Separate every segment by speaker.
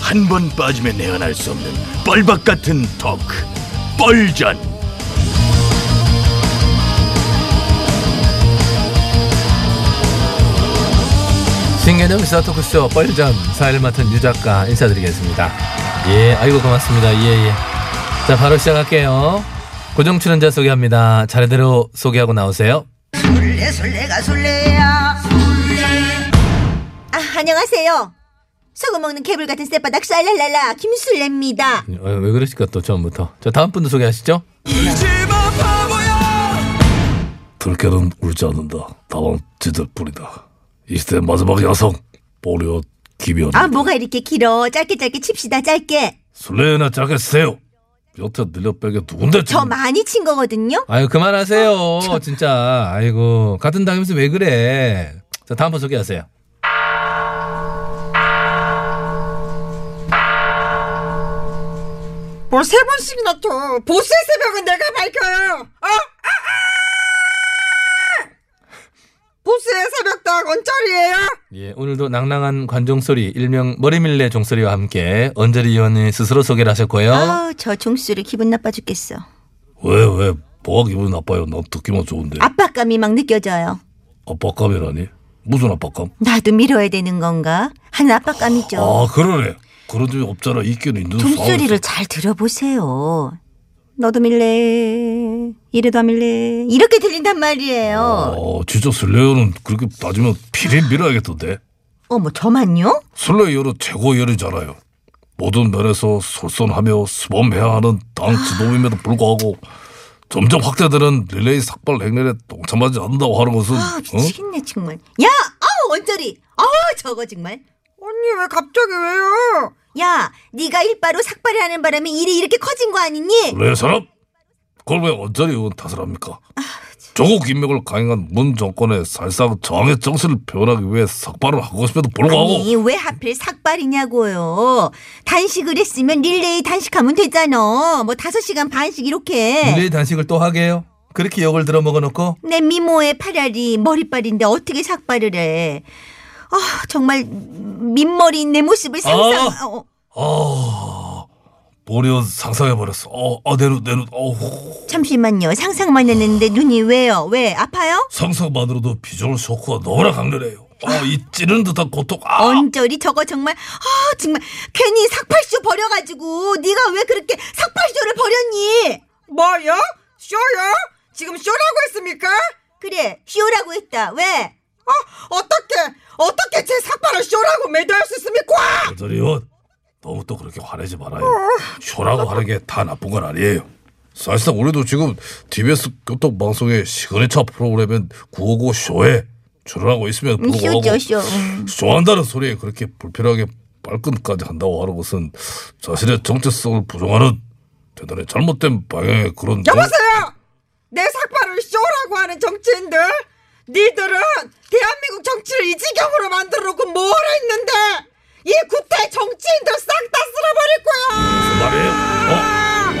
Speaker 1: 한 번 빠지면 내안할 수 없는 뻘박 같은 토크 뻘전
Speaker 2: 신개념 시사 토크쇼 뻘전 사회를 맡은 유 작가 인사드리겠습니다. 예, 아이고 고맙습니다. 예, 예. 자, 바로 시작할게요. 고정 출연자 소개합니다. 차례대로 소개하고 나오세요.
Speaker 3: 술래 술래가 술래야 아, 안녕하세요 소금 먹는 개불 같은 쌔바닥 쌀랄랄라 김술래입니다
Speaker 2: 어, 왜 그러실까 또 처음부터. 자, 다음 분도 소개하시죠.
Speaker 4: 들깨는 울지 않는다. 다만 찢을 뿐이다. 이 시대 마지막 야성 보리오 김연.
Speaker 3: 아 뭐가 이렇게 길어 짧게 짧게 칩시다 짧게
Speaker 4: 술래나 짜게 세요. 여태 늘려 빼게 누군데
Speaker 3: 저
Speaker 4: 지금?
Speaker 3: 많이 친 거거든요
Speaker 2: 아유, 그만하세요. 진짜. 아이고, 같은 당이면서 왜 그래. 자, 다음 분 소개하세요.
Speaker 5: 뭘뭐 세 번씩이나 또 보스의 새벽은 내가 밝혀요. 어? 아, 아! 보스의 새벽도 언저리예요.
Speaker 2: 예, 오늘도 낭낭한 관종 소리, 일명 머리밀레 종소리와 함께 언저리 의원이 스스로 소개를 하셨고요.
Speaker 4: 어?
Speaker 3: 아우 저 종수를 기분 나빠 죽겠어
Speaker 4: 왜 왜? 뭐가 기분 나빠요? 난 듣기만 좋은데.
Speaker 3: 압박감이 막 느껴져요
Speaker 4: 압박감이라니? 무슨 압박감?
Speaker 3: 나도 밀어야 되는 건가 하는 압박감이죠
Speaker 4: 아 그러네. 그런 점이 없잖아. 있기는 있는
Speaker 3: 종소리를 잘 들어보세요 너도 밀래 이래도 안 밀래 이렇게 들린단 말이에요
Speaker 4: 어, 진짜 술래요는 그렇게 따지면 필히 밀어야겠던데.
Speaker 3: 어머 저만요?
Speaker 4: 술래요는 최고 열이잖아요. 모든 면에서 솔선하며 수범해야 하는 당 지도임에도 불구하고 점점 확대되는 릴레이 삭발 행렬에 동참하지 않는다고 하는 것은
Speaker 3: 아
Speaker 4: 응?
Speaker 3: 미치겠네 정말 야 아우 원절이 아우 저거 정말
Speaker 5: 언니 왜 갑자기 왜요?
Speaker 3: 야 네가 일바로 삭발을 하는 바람에 일이 이렇게 커진 거 아니니
Speaker 4: 왜 사람? 그걸 왜 원전이 의원 탓을 합니까?
Speaker 3: 아,
Speaker 4: 조국 인맥을 강행한 문 정권의 살상 저항의 정신을 표현하기 위해 삭발을 하고 싶어도 뭐 불구하고
Speaker 3: 아니 왜 하필 삭발이냐고요 단식을 했으면 릴레이 단식하면 되잖아 뭐 다섯 시간 반씩 이렇게
Speaker 2: 릴레이 단식을 또 하게요? 그렇게 욕을 들어 먹어놓고
Speaker 3: 내 미모의 팔알이 머리빨인데 어떻게 삭발을 해 아, 정말 민머리인 내 모습을 상상
Speaker 4: 아.
Speaker 3: 어,
Speaker 4: 아 보리온 상상해버렸어 어, 어, 내 눈, 내 눈, 어우
Speaker 3: 잠시만요 상상만 했는데 눈이 왜요 왜 아파요?
Speaker 4: 상상만으로도 비주얼 쇼크가 너무나 강렬해요 어, 이 찌르는 듯한 고통
Speaker 5: 어?
Speaker 4: 아
Speaker 3: 언저리 저거 정말 아 정말 괜히 삭발쇼 버려가지고 네가 왜 그렇게 삭발쇼를 버렸니?
Speaker 5: 뭐요? 쇼요? 지금 쇼라고 했습니까?
Speaker 3: 그래 쇼라고 했다 왜?
Speaker 5: 어 어떻게 어떻게 제 삭발을 쇼라고 매도할 수 있습니까?
Speaker 4: 원전 의원 너무 또 그렇게 화내지 말아요 쇼라고 하는 게 다 나쁜 건 아니에요 사실상 우리도 지금 TBS 교통방송의 시그니처 프로그램인 구호고 쇼에 출연하고 있으면
Speaker 3: 음,
Speaker 4: 불구하고
Speaker 3: 쇼죠 쇼 음.
Speaker 4: 쇼한다는 소리에 그렇게 불필요하게 발끈까지 한다고 하는 것은 자신의 정체성을 부정하는 대단히 잘못된 방향의 그런
Speaker 5: 여보세요. 내 삭발을 쇼라고 하는 정치인들, 니들은 대한민국 정치를 이 지경으로 만들어놓고 뭘 했는데 이 구태 정치인들 싹 다 쓸어버릴 거야.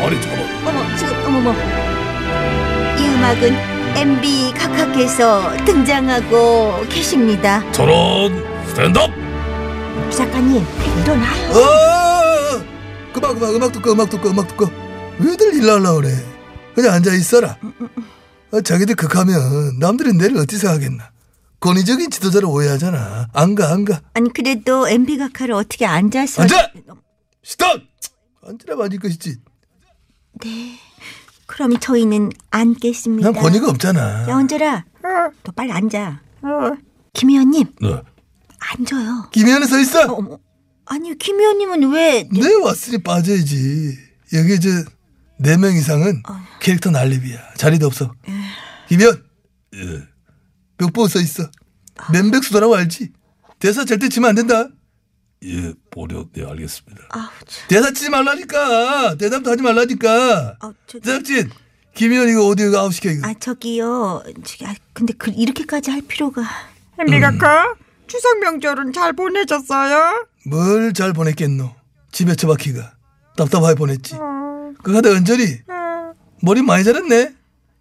Speaker 4: 무슨 그 말이에요? 어? 아니 잠깐
Speaker 3: 어머 지금 어머머 이 음악은 MB 각하께서 등장하고 계십니다
Speaker 4: 저런 스탠드업
Speaker 3: 작가님 일어나요
Speaker 6: 어! 그만 그만 음악 듣고 음악 듣고 음악 듣고 왜들 일날라 그래 그냥 앉아 있어라 아, 자기들 극하면 남들이 내를 어찌 생각하겠나
Speaker 2: 권위적인 지도자를 오해하잖아. 안 가, 안 가.
Speaker 3: 아니 그래도 MB 각하를 어떻게 앉아서
Speaker 7: 앉아! 스톱!
Speaker 2: 앉으라 맞을 것이지.
Speaker 3: 그럼 저희는 앉겠습니다.
Speaker 2: 난 권위가 없잖아.
Speaker 3: 야 언제라 너 빨리 앉아. 김 의원님
Speaker 7: 네.
Speaker 3: 앉아요.
Speaker 2: 김현우 서 있어.
Speaker 3: 어머 아니 김 의원님은 왜
Speaker 2: 내 왔으니 빠져야지. 여기 이제 네 명 이상은
Speaker 3: 어.
Speaker 2: 캐릭터 난립이야. 자리도 없어.
Speaker 3: 예.
Speaker 2: 김현. 예. 벽보고 서 있어. 맨백수도라고 알지? 대사 절대 치면 안 된다.
Speaker 7: 예, 보려. 네, 알겠습니다.
Speaker 3: 아우 참.
Speaker 2: 대사 치지 말라니까. 대답도 하지 말라니까.
Speaker 3: 아, 저기-
Speaker 2: 제작진 김현 이거 어디 이거 아웃 시켜 이거.
Speaker 3: 아 저기요 저기 아, 근데 그 이렇게까지 할 필요가
Speaker 5: 햄비가카 추석 명절은 잘 보내셨어요?
Speaker 2: 뭘 잘 보냈겠노? 집에 처박히가 답답하게 보냈지. 그거 하다 은절이 머리 많이 자랐네.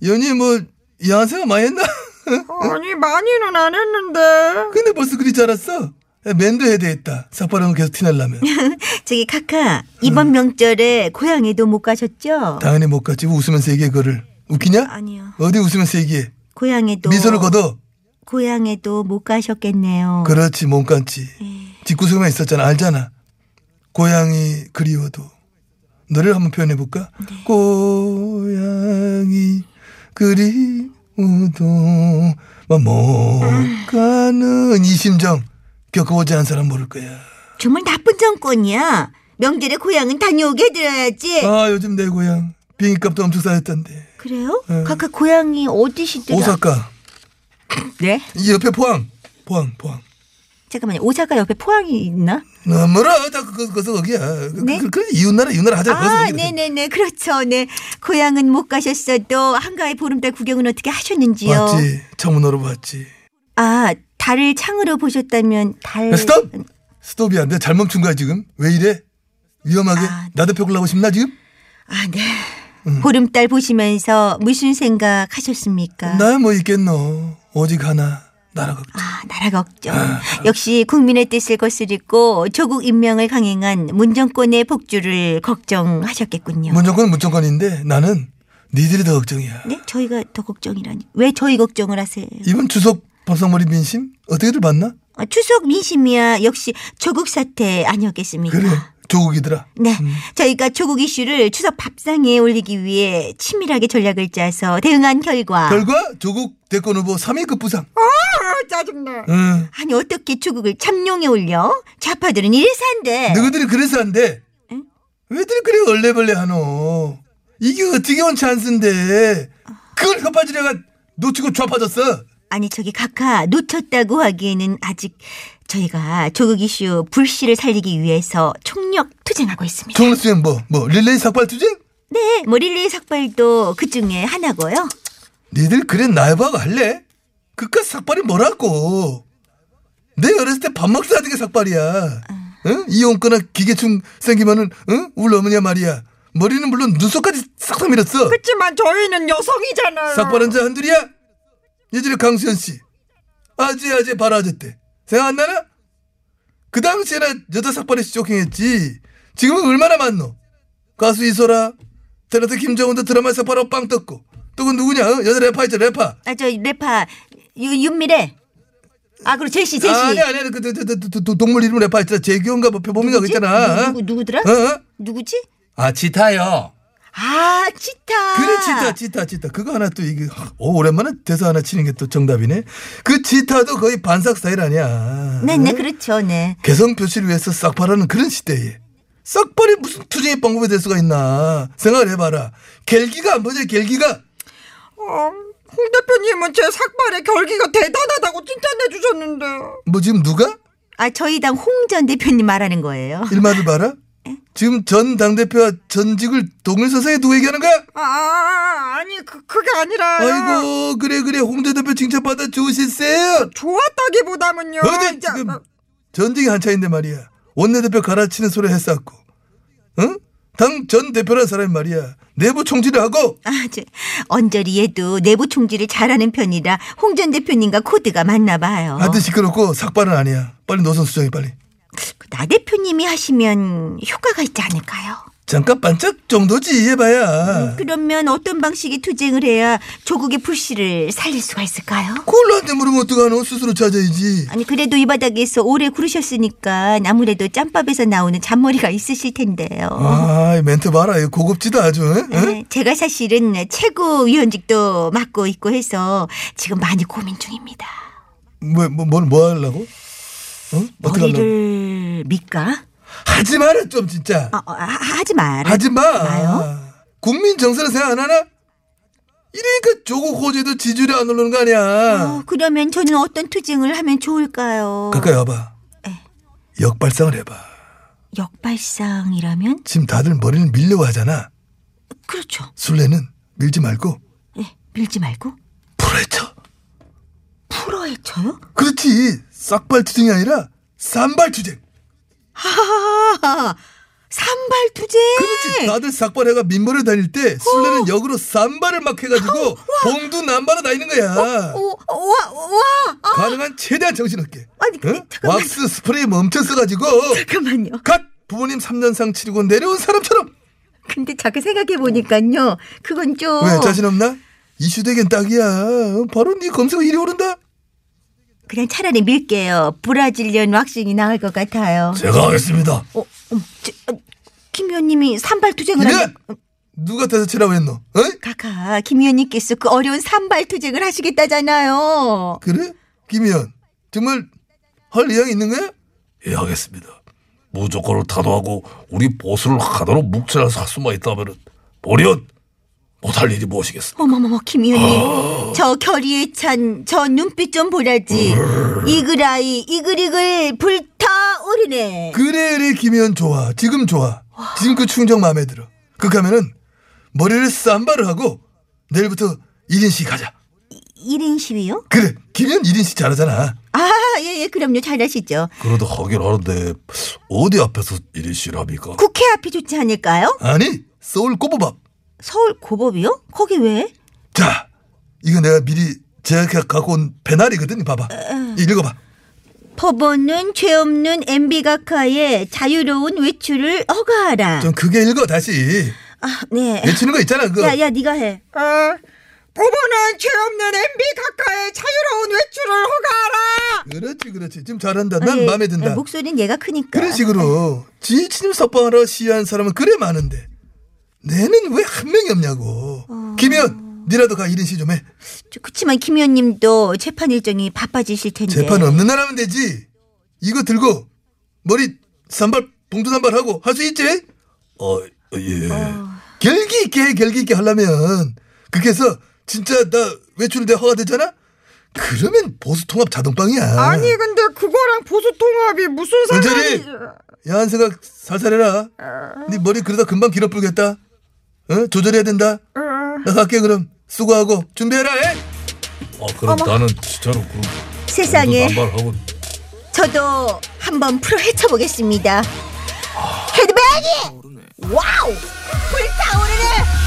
Speaker 2: 연이 뭐 이상한 생각 많이 했나?
Speaker 5: 아니 많이는 안 했는데
Speaker 2: 근데 벌써 그리 자랐어. 맨도 해야 되겠다. 삭발은 계속 티날라면
Speaker 3: 저기 카카 이번
Speaker 2: 음.
Speaker 3: 명절에 고향에도 못 가셨죠?
Speaker 2: 당연히 못 갔지. 웃으면서 얘기해 그를 웃기냐?
Speaker 3: 아니요.
Speaker 2: 어디 웃으면서 얘기해.
Speaker 3: 고향에도
Speaker 2: 미소를 걷어.
Speaker 3: 고향에도 못 가셨겠네요.
Speaker 2: 그렇지 몸 깐지. 집구석에만 있었잖아. 알잖아. 고향이 그리워도 노래를 한번 표현해 볼까? 고향이 그리워도 막못 가는 이 심정 겪어보지 않은 사람 모를 거야.
Speaker 3: 정말 나쁜 정권이야. 명절에 고향은 다녀오게 해드려야지.
Speaker 2: 아 요즘 내 고향 비행값도 엄청 싸졌던데. 네.
Speaker 3: 그래요? 카카 고향이 어디시더라?
Speaker 2: 오사카
Speaker 3: 네?
Speaker 2: 이 옆에 포항 포항 포항.
Speaker 3: 잠깐만요. 오사카 옆에 포항이 있나?
Speaker 2: 너 뭐라 다 그거 그거 거기야. 그-
Speaker 3: 네?
Speaker 2: 그, 그 이웃나라 이웃나라 하자.
Speaker 3: 아, 네네네. 그렇죠. 네. 고향은 못 가셨어도 한가위 보름달 구경은 어떻게 하셨는지요?
Speaker 2: 봤지 창문으로 봤지.
Speaker 3: 아, 달을 창으로 보셨다면 달.
Speaker 2: 야, 네, 스톱! 스톱이 안 돼. 잘 멈춘 거야, 지금. 왜 이래? 위험하게.
Speaker 3: 아, 네.
Speaker 2: 나도 펴보려고 싶나, 지금?
Speaker 3: 아, 네.
Speaker 2: 음.
Speaker 3: 보름달 보시면서 무슨 생각 하셨습니까?
Speaker 2: 나야 뭐 있겠노. 오직 하나. 나라 걱정.
Speaker 3: 아, 나라 걱정. 역시 국민의 뜻을 거스르고 조국 임명을 강행한 문정권의 복주를 걱정하셨겠군요.
Speaker 2: 무조건 무조건인데 나는 니들이 더 걱정이야.
Speaker 3: 네? 저희가 더 걱정이라니. 왜 저희 걱정을 하세요?
Speaker 2: 이번 추석 밥상머리 민심? 어떻게들 봤나?
Speaker 3: 아, 추석 민심이야 역시 조국 사태 아니었겠습니까?
Speaker 2: 그래. 조국이더라.
Speaker 3: 네. 저희가 조국 이슈를 추석 밥상에 올리기 위해 치밀하게 전략을 짜서 대응한 결과.
Speaker 2: 결과 조국 대권 후보 3위급 부상.
Speaker 5: 아 짜증나
Speaker 2: 응.
Speaker 3: 아니, 어떻게 조국을 참용에 올려? 좌파들은 이래서 안 돼.
Speaker 2: 너희들이 그래서 안 돼. 왜들 그래 얼레벌레 하노. 이게 어떻게 온 찬스인데. 그걸 혓바지려가 놓치고 좌파졌어.
Speaker 3: 아니 저기 각하 놓쳤다고 하기에는 아직 저희가 조국 이슈 불씨를 살리기 위해서 총력 투쟁하고 있습니다.
Speaker 2: 종수형 뭐, 뭐, 릴레이 삭발 투쟁?
Speaker 3: 네, 뭐 릴레이 삭발도 그 중에 하나고요.
Speaker 2: 니들 그래 날바가 할래? 그깟 삭발이 뭐라고? 내 어렸을 때 밥 먹사 하던 게 삭발이야. 응? 이혼거나 기계충 생기면은 응? 우리 어머니야 말이야. 머리는 물론 눈썹까지 싹싹 밀었어.
Speaker 5: 그렇지만 저희는 여성이잖아요
Speaker 2: 삭발한 자 한둘이야? 예전에 강수현 씨. 아재 아재 바로 아재 때. 생각 안 나나? 그 당시에는 여자 삭발이 쇼킹했지. 지금은 얼마나 많노? 가수 이소라, 탤런트 김정은도 드라마 삭발하고 빵 떴고. 또 그 누구냐? 어? 여자 래퍼 있죠 래퍼.
Speaker 3: 아 저 레파 유, 윤미래. 아 그리고 제시 제시.
Speaker 2: 아니 아니 아니 그, 그, 그, 그, 그, 그 동물 이름 래퍼 있잖아. 재규인가 뭐 표범인가 그
Speaker 3: 누구지?
Speaker 2: 있잖아.
Speaker 3: 누구, 누구, 더라
Speaker 2: 어? 어?
Speaker 3: 누구지?
Speaker 8: 아, 치타요.
Speaker 3: 아 치타.
Speaker 2: 그래 지타 지타 지타 그거 하나 또 이게 오, 오랜만에 대사 하나 치는 게 또 정답이네. 그 지타도 거의 반삭 스타일 아니야.
Speaker 3: 네네
Speaker 2: 어?
Speaker 3: 그렇죠 네.
Speaker 2: 개성 표시를 위해서 싹발하는 그런 시대에 싹발이 무슨 투쟁의 방법이 될 수가 있나 생각을 해봐라. 갤기가 안 보여 갤기가
Speaker 5: 어, 홍 대표님은 제 삭발의 결기가 대단하다고 칭찬해주셨는데
Speaker 2: 뭐 지금 누가
Speaker 3: 아 저희 당 홍 전 대표님 말하는 거예요.
Speaker 2: 일말을 봐라. 지금 전 당대표와 전직을 동일 선상에 누구 얘기하는 거야?
Speaker 5: 아 아니 그, 그게 아니라
Speaker 2: 아이고 어, 그래 그래 홍대 대표 칭찬받아 좋으실세요.
Speaker 5: 좋았다기보다는요
Speaker 2: 어제
Speaker 5: 이제,
Speaker 2: 지금
Speaker 5: 어,
Speaker 2: 전쟁이 한창인데 말이야. 원내대표 갈아치는 소리 했었고, 응? 당 전 대표라는 사람이 말이야. 내부 총질을 하고
Speaker 3: 아, 저, 언저리 얘도 내부 총질을 잘하는 편이라 홍 전 대표님과 코드가 맞나 봐요.
Speaker 2: 하여튼 시끄럽고 삭발은 아니야. 빨리 노선 수정해 빨리.
Speaker 3: 나 대표님이 하시면 효과가 있지 않을까요?
Speaker 6: 잠깐 반짝 정도지 해봐야.
Speaker 3: 그러면 어떤 방식의 투쟁을 해야 조국의 불씨를 살릴 수가 있을까요?
Speaker 6: 그걸 나한테 물으면 어떡하노? 스스로 찾아야지.
Speaker 3: 아니 그래도 이 바닥에서 오래 구르셨으니까 아무래도 짬밥에서 나오는 잔머리가 있으실 텐데요.
Speaker 6: 아, 이 멘트 봐라. 이거 고급지다 아주. 응?
Speaker 3: 네, 제가 사실은 최고위원직도 맡고 있고 해서 지금 많이 고민 중입니다. 음.
Speaker 6: 뭐, 뭐, 뭘, 뭐 하려고? 응? 어떻게 하려고?
Speaker 3: 머리를 믿까?
Speaker 6: 하지 마라, 좀, 진짜.
Speaker 3: 어, 어, 하- 하지 마라.
Speaker 6: 하지 마.
Speaker 3: 마요?
Speaker 6: 국민 정서를 생각 안 하나? 이러니까 조국 호주에도 지지율이 안 오르는 거 아니야.
Speaker 3: 어, 그러면 저는 어떤 투쟁을 하면 좋을까요?
Speaker 6: 가까이 와봐.
Speaker 3: 네.
Speaker 6: 역발상을 해봐.
Speaker 3: 역발상이라면?
Speaker 6: 지금 다들 머리를 밀려고 하잖아.
Speaker 3: 그렇죠.
Speaker 6: 술래는 밀지 말고
Speaker 3: 예, 밀지 말고
Speaker 6: 풀어헤쳐.
Speaker 3: 풀어헤쳐요?
Speaker 6: 그렇지. 싹발 투쟁이 아니라 쌈발 투쟁.
Speaker 3: 아, 산발 투쟁. 네.
Speaker 6: 그렇지. 다들 싹발해가 민머리를 다닐 때
Speaker 3: 어.
Speaker 6: 술래는 역으로 쌈발을 막 해가지고 봉두 남발로 다니는 거야.
Speaker 3: 오, 와, 와. 어, 아,
Speaker 6: 가능한 최대한 정신없게.
Speaker 3: 아니, 근데
Speaker 6: 응?
Speaker 3: 잠깐만.
Speaker 6: 왁스 스프레이 멈춰 써가지고
Speaker 3: 잠깐만요.
Speaker 6: 갓 부모님 3년상 치르고 내려온 사람처럼
Speaker 3: 근데 잠깐 생각해 보니까요. 그건 좀
Speaker 6: 왜 자신 없나? 이슈되겐 딱이야. 바로 네 검색 일이 오른다.
Speaker 3: 그냥 차라리 밀게요. 브라질리언 왁싱이 나을 것 같아요.
Speaker 4: 제가 하겠습니다.
Speaker 3: 어, 음, 저, 어, 김 의원님이 산발 투쟁을
Speaker 6: 네.
Speaker 3: 하면
Speaker 6: 누가 대사치라고 했노? 어이?
Speaker 3: 가카 김 의원님께서 그 어려운 산발 투쟁을 하시겠다잖아요.
Speaker 6: 그래? 김희연 정말 할 의향이 있는 거야?
Speaker 4: 예, 하겠습니다. 무조건을 탄호하고 우리 보수를 하나로 묵살할 수만 있다면 보련 못할 일이 무엇이겠어?
Speaker 3: 어머머머 김
Speaker 6: 아.
Speaker 3: 의원님 저 결의에 찬 저 눈빛 좀 보라지
Speaker 6: 어.
Speaker 3: 이글아이 이글이글 불타오르네
Speaker 6: 그래 그래 김희연 좋아. 지금 좋아. 지금 그 충정 마음에 들어. 그하면은 머리를 쌈바를 하고 내일부터 1인씩 하자.
Speaker 3: 1인 시위요?
Speaker 6: 그래 김희연 1인씩 잘하잖아.
Speaker 3: 아예예 그럼요 잘하시죠
Speaker 4: 그래도 하긴 하는데 어디 앞에서 일이 실합니까?
Speaker 3: 국회 앞이 좋지 않을까요?
Speaker 6: 아니 서울 꼬부밥.
Speaker 3: 서울 고법이요? 거기 왜?
Speaker 6: 자 이거 내가 미리 제작해 갖고 온 배날이거든. 봐봐. 읽어봐.
Speaker 3: 법원은 죄 없는 MB 각하의 자유로운 외출을 허가하라
Speaker 6: 좀 크게 읽어 다시.
Speaker 3: 아, 네.
Speaker 6: 외치는 거 있잖아 그거.
Speaker 3: 야야 네가 해
Speaker 5: 어, 법원은 죄 없는 MB 각하의 자유로운 외출을 허가하라.
Speaker 6: 그렇지 그렇지. 지금 잘한다. 아, 난
Speaker 3: 예,
Speaker 6: 마음에 든다.
Speaker 3: 예, 목소리는 얘가 크니까 아,
Speaker 6: 그런 식으로 지친을 석방하러 시위한 사람은 그래 많은데 내는 왜 한 명이 없냐고.
Speaker 3: 어.
Speaker 6: 김현, 니라도 가 1인 시좀 해.
Speaker 3: 저, 그치만 김 의원님도 재판 일정이 바빠지실 텐데
Speaker 6: 재판 없는 날 하면 되지. 이거 들고 머리 산발 봉두 산발하고 할 수 있지?
Speaker 4: 어, 예.
Speaker 6: 결기 있게 해, 결기 있게 하려면 그렇게 해서 진짜 나 외출돼 허가되잖아. 그러면 보수 통합 자동방이야.
Speaker 5: 아니 근데 그거랑 보수 통합이 무슨
Speaker 6: 은철이!
Speaker 5: 상관이?
Speaker 6: 야한 생각 살살 해라. 네 머리 그러다 금방 길어 불겠다. 어? 조절해야 된다. 나 갈게 그럼. 수고하고 준비해라. 에?
Speaker 4: 아 그럼 나는 진짜로 그럼
Speaker 3: 세상에
Speaker 4: 반발하고
Speaker 3: 저도 한번 풀어
Speaker 4: 아,
Speaker 3: 헤쳐보겠습니다. 헤드뱅이! 와우! 불타오르네!